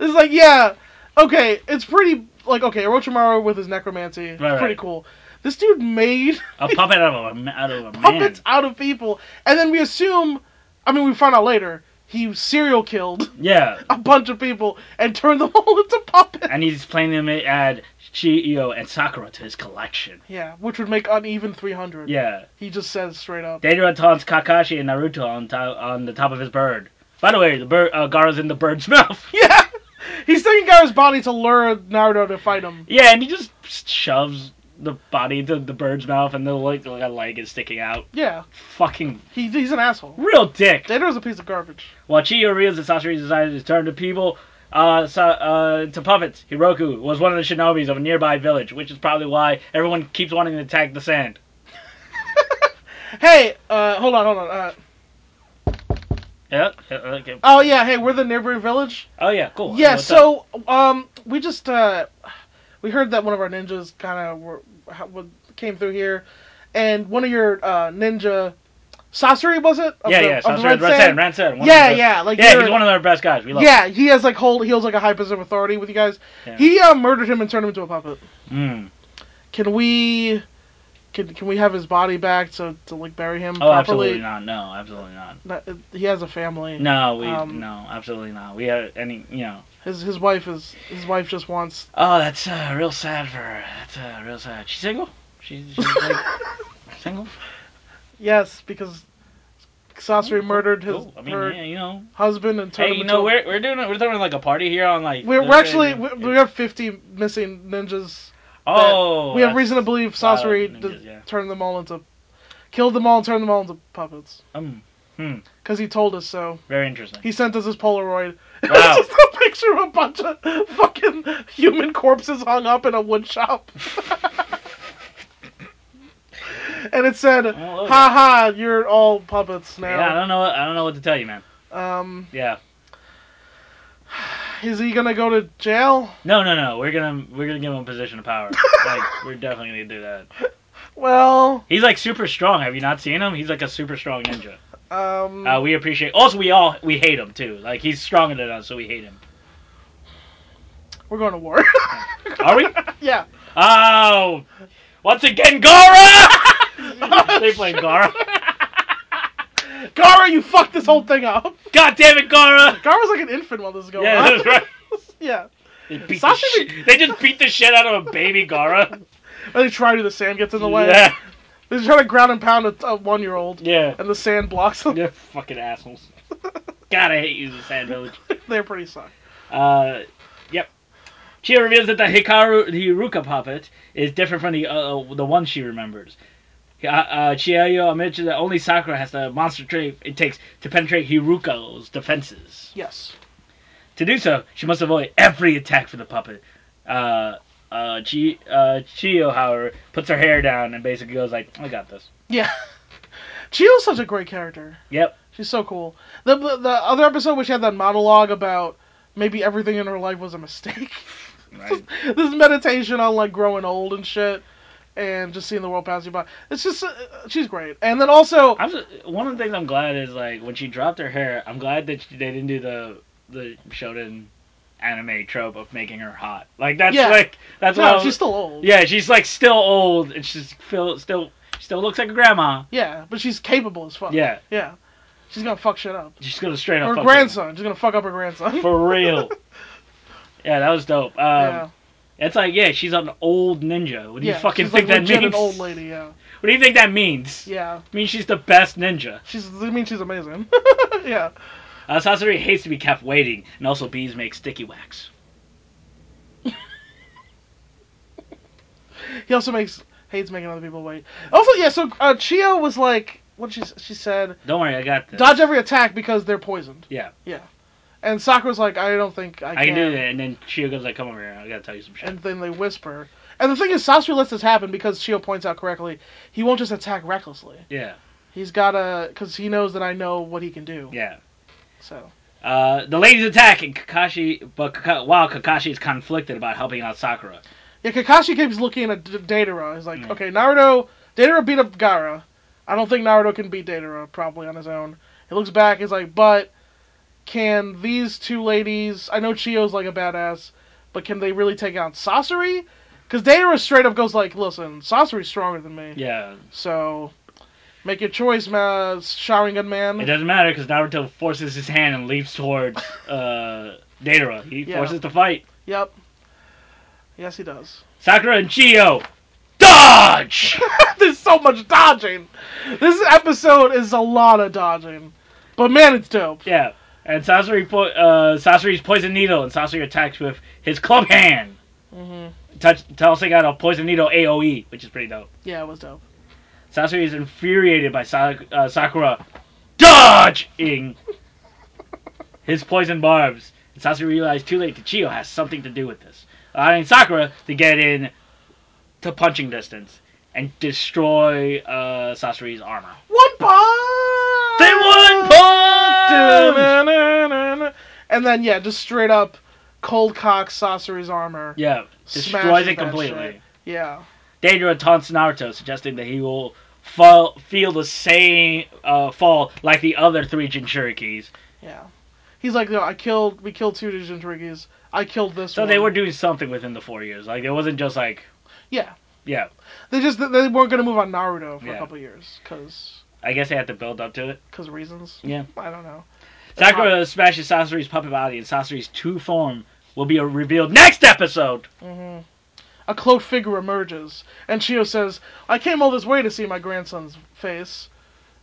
S1: It's like, yeah, okay, it's pretty like okay, Orochimaru with his necromancy, it's
S2: Right,
S1: pretty
S2: right.
S1: cool. This dude made [LAUGHS]
S2: A puppet out of a, ma- out of a man.
S1: puppets out of people, and then we assume, I mean, we find out later he serial killed [LAUGHS]
S2: Yeah,
S1: a bunch of people and turned them [LAUGHS] all into puppets.
S2: and he's planning to ma- add Shio and Sakura to his collection.
S1: Yeah, which would make uneven 300.
S2: Yeah,
S1: He just says straight up.
S2: Deidara taunts Kakashi and Naruto on, top on the top of his bird. By the way, the bird uh, Gaara's in the bird's [LAUGHS] mouth.
S1: [LAUGHS] Yeah! He's taking Gaara's body to lure Naruto to fight him.
S2: Yeah, and he just shoves the body into the bird's mouth, and the like, like a leg is sticking out.
S1: Yeah,
S2: Fucking
S1: he, he's an asshole.
S2: real dick.
S1: Deidara's a piece of garbage.
S2: While Chiyo reveals that Sasori's decided to turn to people, uh, Sa- uh, to puppets, Hiroku was one of the shinobis of a nearby village, which is probably why everyone keeps wanting to attack the sand.
S1: Hey, uh, hold on, hold on. Uh,
S2: Yeah. uh, Okay.
S1: oh yeah, hey, we're the neighboring village.
S2: Oh yeah. Cool.
S1: yeah,
S2: What's up?
S1: so um, we just uh, we heard that one of our ninjas kind of were ha- wa- came through here, and one of your uh, ninja, Sasori was it? Of
S2: yeah,
S1: the-
S2: yeah.
S1: of
S2: Sasori,
S1: the Red
S2: Red
S1: Sand?
S2: Sand, Red Sand. one of
S1: um, Yeah,
S2: the best-
S1: yeah, like
S2: yeah.
S1: you're-
S2: He's one of our best guys. We love.
S1: Yeah, he has like hold. He holds like a high position of authority with you guys.
S2: Yeah.
S1: He uh, murdered him and turned him into a puppet.
S2: Him. Mm.
S1: Can we, can can we have his body back to to like bury him
S2: Oh, absolutely
S1: properly?
S2: not. No, absolutely not.
S1: Not- he has a family.
S2: No, we
S1: Um,
S2: no, absolutely not. We have any, you know.
S1: His his wife is his wife just wants
S2: Oh, that's uh, real sad for her. That's uh, real sad. She's single. She's, she's
S1: [LAUGHS]
S2: like, single.
S1: Yes, because Sasori murdered his
S2: Cool. I mean,
S1: her
S2: yeah, you know.
S1: husband and turned
S2: Hey,
S1: him
S2: you
S1: into.
S2: know,
S1: a-
S2: we're we're doing we're throwing like a party here on like.
S1: we're,
S2: this
S1: we're actually
S2: thing.
S1: we, we have fifty missing ninjas.
S2: oh,
S1: we have
S2: that's-
S1: reason to believe
S2: a lot of
S1: Sasori
S2: ninjas,
S1: d-
S2: yeah.
S1: turned them all into, killed them all and turned them all into puppets.
S2: Um,
S1: Cause he told us so.
S2: very interesting.
S1: He sent us his Polaroid. [LAUGHS] It
S2: Wow.
S1: was just a picture of a bunch of fucking human corpses hung up in a wood shop. [LAUGHS] and it said,
S2: I love
S1: "Ha
S2: it.
S1: ha, you're all puppets
S2: Yeah, I
S1: now."
S2: don't know. I don't know what to tell you, man.
S1: Um.
S2: Yeah.
S1: Is he gonna go to jail?
S2: No, no, no. We're gonna we're gonna give him a position
S1: [LAUGHS]
S2: of power. like we're definitely gonna do that.
S1: Well,
S2: He's like super strong. Have you not seen him? He's like a super strong ninja.
S1: um,
S2: Uh, we appreciate. Also, we all we hate him too. Like he's stronger than us, so we hate him.
S1: we're going to war. [LAUGHS]
S2: Are we?
S1: yeah.
S2: Oh, once again, Gara. [LAUGHS] [LAUGHS] they play Gara.
S1: [LAUGHS] Gara, you fucked this whole thing up.
S2: God damn it, Gara.
S1: Gara's like an infant while this is going
S2: Yeah,
S1: on.
S2: that's right.
S1: [LAUGHS] yeah.
S2: They, beat the
S1: Sasha
S2: shit. they just beat the shit out of a baby Gara.
S1: Or they try to, the sand gets [LAUGHS] in the way.
S2: Yeah,
S1: They try to ground and pound a, a one year old,
S2: yeah.
S1: and the sand blocks them.
S2: They're fucking assholes. God, I hate using Sand Village.
S1: They're pretty suck.
S2: Uh, yep. She uh, reveals that the Hikaru Hiruka puppet is different from the uh, the one she remembers. Uh, uh, Chiyo mentioned that only Sakura has the monster trait it takes to penetrate Hiruko's defenses.
S1: Yes.
S2: To do so, she must avoid every attack from the puppet. Uh, uh, Chi- uh, Chiyo, however, puts her hair down and basically goes like, "I got this."
S1: Yeah. [LAUGHS] Chio's such a great character.
S2: Yep.
S1: She's so cool. The the the other episode where she had that monologue about maybe everything in her life was a mistake. [LAUGHS]
S2: Right. [LAUGHS]
S1: this meditation on like growing old and shit, and just seeing the world pass you by. It's just uh, she's great. And then also,
S2: I'm just, one of the things I'm glad is like when she dropped her hair. I'm glad that she, they didn't do the the shonen anime trope of making her hot. Like that's
S1: Yeah.
S2: like that's what I
S1: no,
S2: was-
S1: she's still old.
S2: yeah she's like still old and she's still still she still looks like a grandma.
S1: Yeah, but she's capable as fuck.
S2: Yeah,
S1: Yeah. She's gonna fuck shit up.
S2: she's gonna straight up
S1: Her
S2: fuck
S1: grandson. She's gonna fuck up her grandson.
S2: her. for real. yeah, that was dope.
S1: [LAUGHS]
S2: Um,
S1: yeah.
S2: It's like yeah, she's an old ninja. What do
S1: Yeah,
S2: you fucking
S1: she's,
S2: think
S1: like,
S2: that
S1: legit
S2: means?
S1: an old lady. Yeah.
S2: What do you think that means?
S1: Yeah.
S2: I mean she's the best ninja.
S1: She's. I mean, she's amazing. [LAUGHS] yeah.
S2: Uh, Sasori hates to be kept waiting, and also bees make sticky wax.
S1: He also makes hates making other people wait. Also, yeah. So uh, Chio was like, what she she said,
S2: Don't worry, I got this.
S1: dodge every attack because they're poisoned.
S2: Yeah.
S1: Yeah. And Sakura's like, I don't think I can.
S2: I can do that. And then Shio goes like, "Come over here. I gotta tell you some shit."
S1: And then they whisper. And the thing is, Sasori lets this happen because Chio points out correctly, he won't just attack recklessly.
S2: yeah,
S1: He's gotta, because he knows that I know what he can do.
S2: yeah.
S1: So
S2: Uh, the ladies attack, and Kakashi. But Kaka- while Kakashi is conflicted about helping out Sakura,
S1: yeah, Kakashi keeps looking at D- Datara. He's like,
S2: Mm.
S1: okay, Naruto, Datara beat up Gara. I don't think Naruto can beat Datara probably on his own. He looks back. He's like, but can these two ladies? I know Chio's like a badass, but can they really take out Sasori? Because Datara straight up goes like, listen, Sasori's stronger than me.
S2: yeah,
S1: So make your choice, ma- Sharingan man.
S2: it doesn't matter because Naruto forces his hand and leaps towards uh, Datara. He
S1: Yeah.
S2: forces the fight.
S1: Yep. Yes, he does.
S2: Sakura and Shio dodge.
S1: [LAUGHS] There's so much dodging. This episode is a lot of dodging, but man, it's dope.
S2: yeah, and Sasori po- uh, Sasori's poison needle, and Sasori attacks with his club hand.
S1: hmm
S2: Touch tossing out a poison needle AOE, which is pretty dope.
S1: Yeah, it was dope.
S2: Sasori is infuriated by Sa- uh, Sakura dodging his poison barbs. And Sasori realized too late that Chio has something to do with this, allowing Sakura to get in to punching distance and destroy uh, Sasori's armor.
S1: One punch.
S2: They won punch!
S1: Da-na-na-na-na. And then yeah, just straight up cold cock Sasori's armor.
S2: Yeah,
S1: Smashes
S2: destroys
S1: that
S2: it completely.
S1: shit. Yeah.
S2: Deidara taunts Naruto, suggesting that he will fall, feel the same uh, fall like the other three Jinchurikis.
S1: Yeah. He's like, no, I killed. We killed two Jinchurikis. I killed this
S2: So
S1: one.
S2: they were doing something within the four years. Like it wasn't just like
S1: Yeah.
S2: yeah.
S1: They just they weren't gonna move on Naruto for a
S2: Yeah.
S1: couple of years because
S2: I guess they had to build up to it.
S1: because reasons.
S2: Yeah.
S1: I don't know.
S2: Sakura smashes Sasori's puppet body, and Sasori's true form will be revealed next episode.
S1: hmm A cloaked figure emerges, and Chio says, "I came all this way to see my grandson's face,"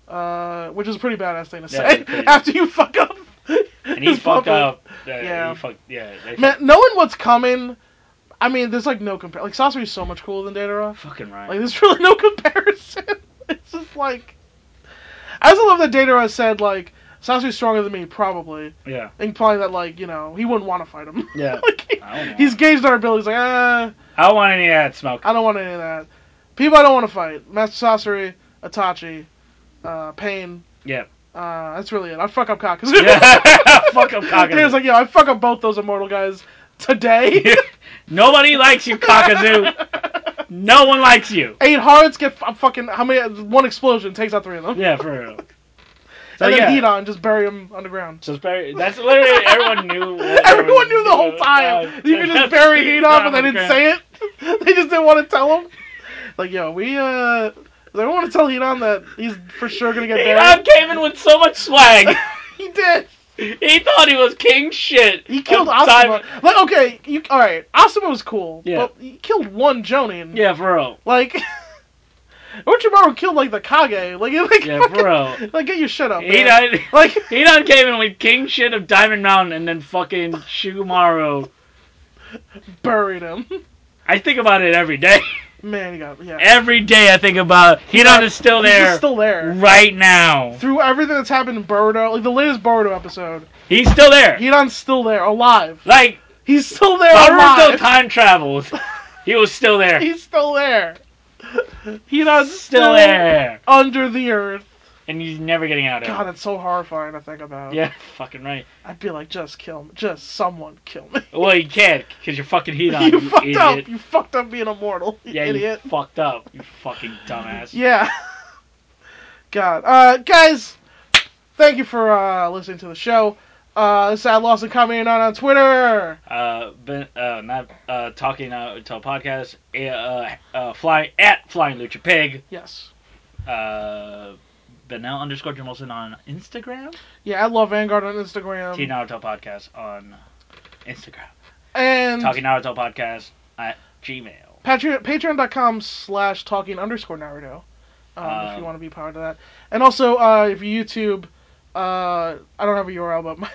S1: uh, which is a pretty badass thing to
S2: Yeah,
S1: say [LAUGHS]
S2: it's pretty-
S1: after you fuck up.
S2: And
S1: [LAUGHS]
S2: he's fucked up. Uh,
S1: Yeah.
S2: yeah. He fucked, yeah. They
S1: Man, knowing what's coming, I mean, there's like no compare. Like Sasori's so much cooler than Datara.
S2: fuck- fucking right.
S1: Like there's [LAUGHS] really no comparison. [LAUGHS] it's just like, I also love that Datara said like Sasori's stronger than me probably,
S2: yeah.
S1: implying that like you know he wouldn't want to fight him.
S2: Yeah.
S1: [LAUGHS] like, he-
S2: I don't want-
S1: he's gauged our abilities. Like ah.
S2: I don't want any of that smoke. [LAUGHS]
S1: I don't want any of that. People I don't want to fight. Master Sasori, Itachi, uh, Pain.
S2: Yeah.
S1: Uh, that's really it. I'd fuck up Kakazu.
S2: [LAUGHS] Yeah.
S1: [LAUGHS]
S2: Fuck up Kakazu.
S1: Dude, it's like, yo, I fuck up both those immortal guys
S2: [LAUGHS]
S1: today.
S2: Nobody likes you,
S1: [LAUGHS]
S2: Kakazoo. no one likes you.
S1: Eight hearts get f- fucking how many? One explosion takes out three of them.
S2: Yeah, for real. So
S1: and then
S2: yeah.
S1: heat on, just bury them underground.
S2: So it's very- that's literally everyone knew.
S1: [LAUGHS]
S2: what
S1: Everyone knew
S2: everyone
S1: the whole
S2: did.
S1: time. You could just
S2: Uh, That's-
S1: bury heat on,
S2: [LAUGHS]
S1: but they didn't
S2: Underground.
S1: say it. [LAUGHS] they just didn't want to tell him. Like, yo, we uh, they don't want to tell heat on that he's for sure gonna get buried.
S2: Elon came in with so
S1: [LAUGHS]
S2: much swag.
S1: he did.
S2: he thought he was king shit.
S1: He killed
S2: Of
S1: Asuma.
S2: time-
S1: Like, okay, you all right? Asuma was cool,
S2: Yeah.
S1: but he killed one Jonin.
S2: Yeah, for real.
S1: Like, [LAUGHS] Orochimaru killed like the Kage. Like, [LAUGHS] like,
S2: Yeah, for real.
S1: like get your shit up.
S2: He
S1: man.
S2: done,
S1: Like, [LAUGHS]
S2: he done came in with king shit of Diamond Mountain and then fucking Shigumaru.
S1: buried him. [LAUGHS]
S2: I think about it every day. [LAUGHS]
S1: Man, he got yeah.
S2: Every day I think about Hidan is still
S1: He's just
S2: there
S1: still there.
S2: right now.
S1: Through everything that's happened in Boruto, like the latest Boruto episode,
S2: He's still there.
S1: Hidan's still there, alive.
S2: Like
S1: He's still there,
S2: Naruto
S1: alive. [LAUGHS]
S2: time traveled. He was still there.
S1: He's still there. Hidan's
S2: still there.
S1: under the earth.
S2: And he's never getting out of
S1: God,
S2: it.
S1: that's so horrifying to think about.
S2: Yeah, fucking right.
S1: I'd be like, just kill me. Just someone kill me.
S2: Well, you can't, because you're fucking
S1: [LAUGHS]
S2: Hidan,
S1: you
S2: you,
S1: fucked
S2: idiot.
S1: up. You fucked up being immortal. You
S2: Yeah,
S1: idiot.
S2: you fucked up. You fucking dumbass.
S1: Yeah. [LAUGHS] God. Uh, guys, thank you for uh, listening to the show. Uh, this is at Lawson Commenting On on Twitter.
S2: Uh, been, uh, not uh, talking uh, to a podcast. eh, Uh, uh, fly at flying lucha pig.
S1: Yes.
S2: Uh, Benel underscore Jamelson on Instagram.
S1: Yeah, I love Vanguard on Instagram.
S2: T Naruto podcast on Instagram.
S1: And
S2: Talking Naruto podcast at Gmail.
S1: Patreon, patreon.com slash talking underscore Naruto. Um, if
S2: Um,
S1: you want to be part of that. And also, uh, if you YouTube, uh, I don't have a URL, but [LAUGHS] my,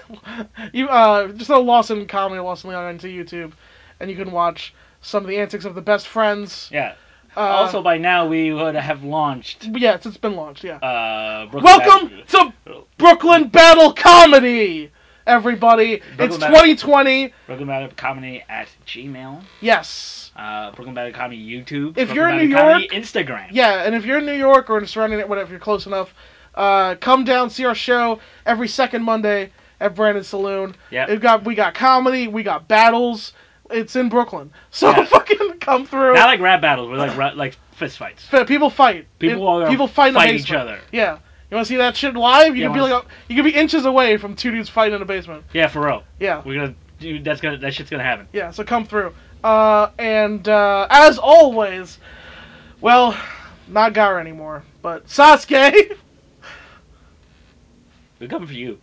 S1: you uh, just throw Lawson Comedy, Lawson Leon into YouTube, and you can watch some of the antics of the best friends.
S2: Yeah.
S1: Uh,
S2: also, by now we would have launched.
S1: yeah, it's, it's been launched, yeah.
S2: Uh, Brooklyn
S1: Welcome
S2: Bash-
S1: to Brooklyn Battle Comedy, everybody. it's
S2: Battle.
S1: 2020.
S2: Brooklyn Battle Comedy at Gmail.
S1: Yes.
S2: Uh, Brooklyn Battle Comedy YouTube.
S1: If
S2: Brooklyn
S1: you're in
S2: Battle
S1: New
S2: Comedy Instagram.
S1: Yeah, and if you're in New York or in surrounding it, whatever, if you're close enough, uh, come down, see our show every second Monday at Brandon Saloon.
S2: Yep.
S1: We've got we got comedy, we got battles. It's in Brooklyn, [LAUGHS] so
S2: Yeah.
S1: fucking come through.
S2: Not like rap battles, but like [LAUGHS] ra- like fist fights.
S1: F- people fight.
S2: People are
S1: people fight, in the
S2: fight each
S1: basement.
S2: other.
S1: Yeah. You want to see that shit live? You
S2: Yeah,
S1: can be
S2: I wanna
S1: like, a, you can be inches away from two dudes fighting in a basement.
S2: Yeah, for real.
S1: Yeah.
S2: We're gonna dude. That's gonna that shit's gonna happen.
S1: Yeah, so come through. Uh, and uh, as always, well, not Gara anymore, but Sasuke. [LAUGHS]
S2: We're coming for you.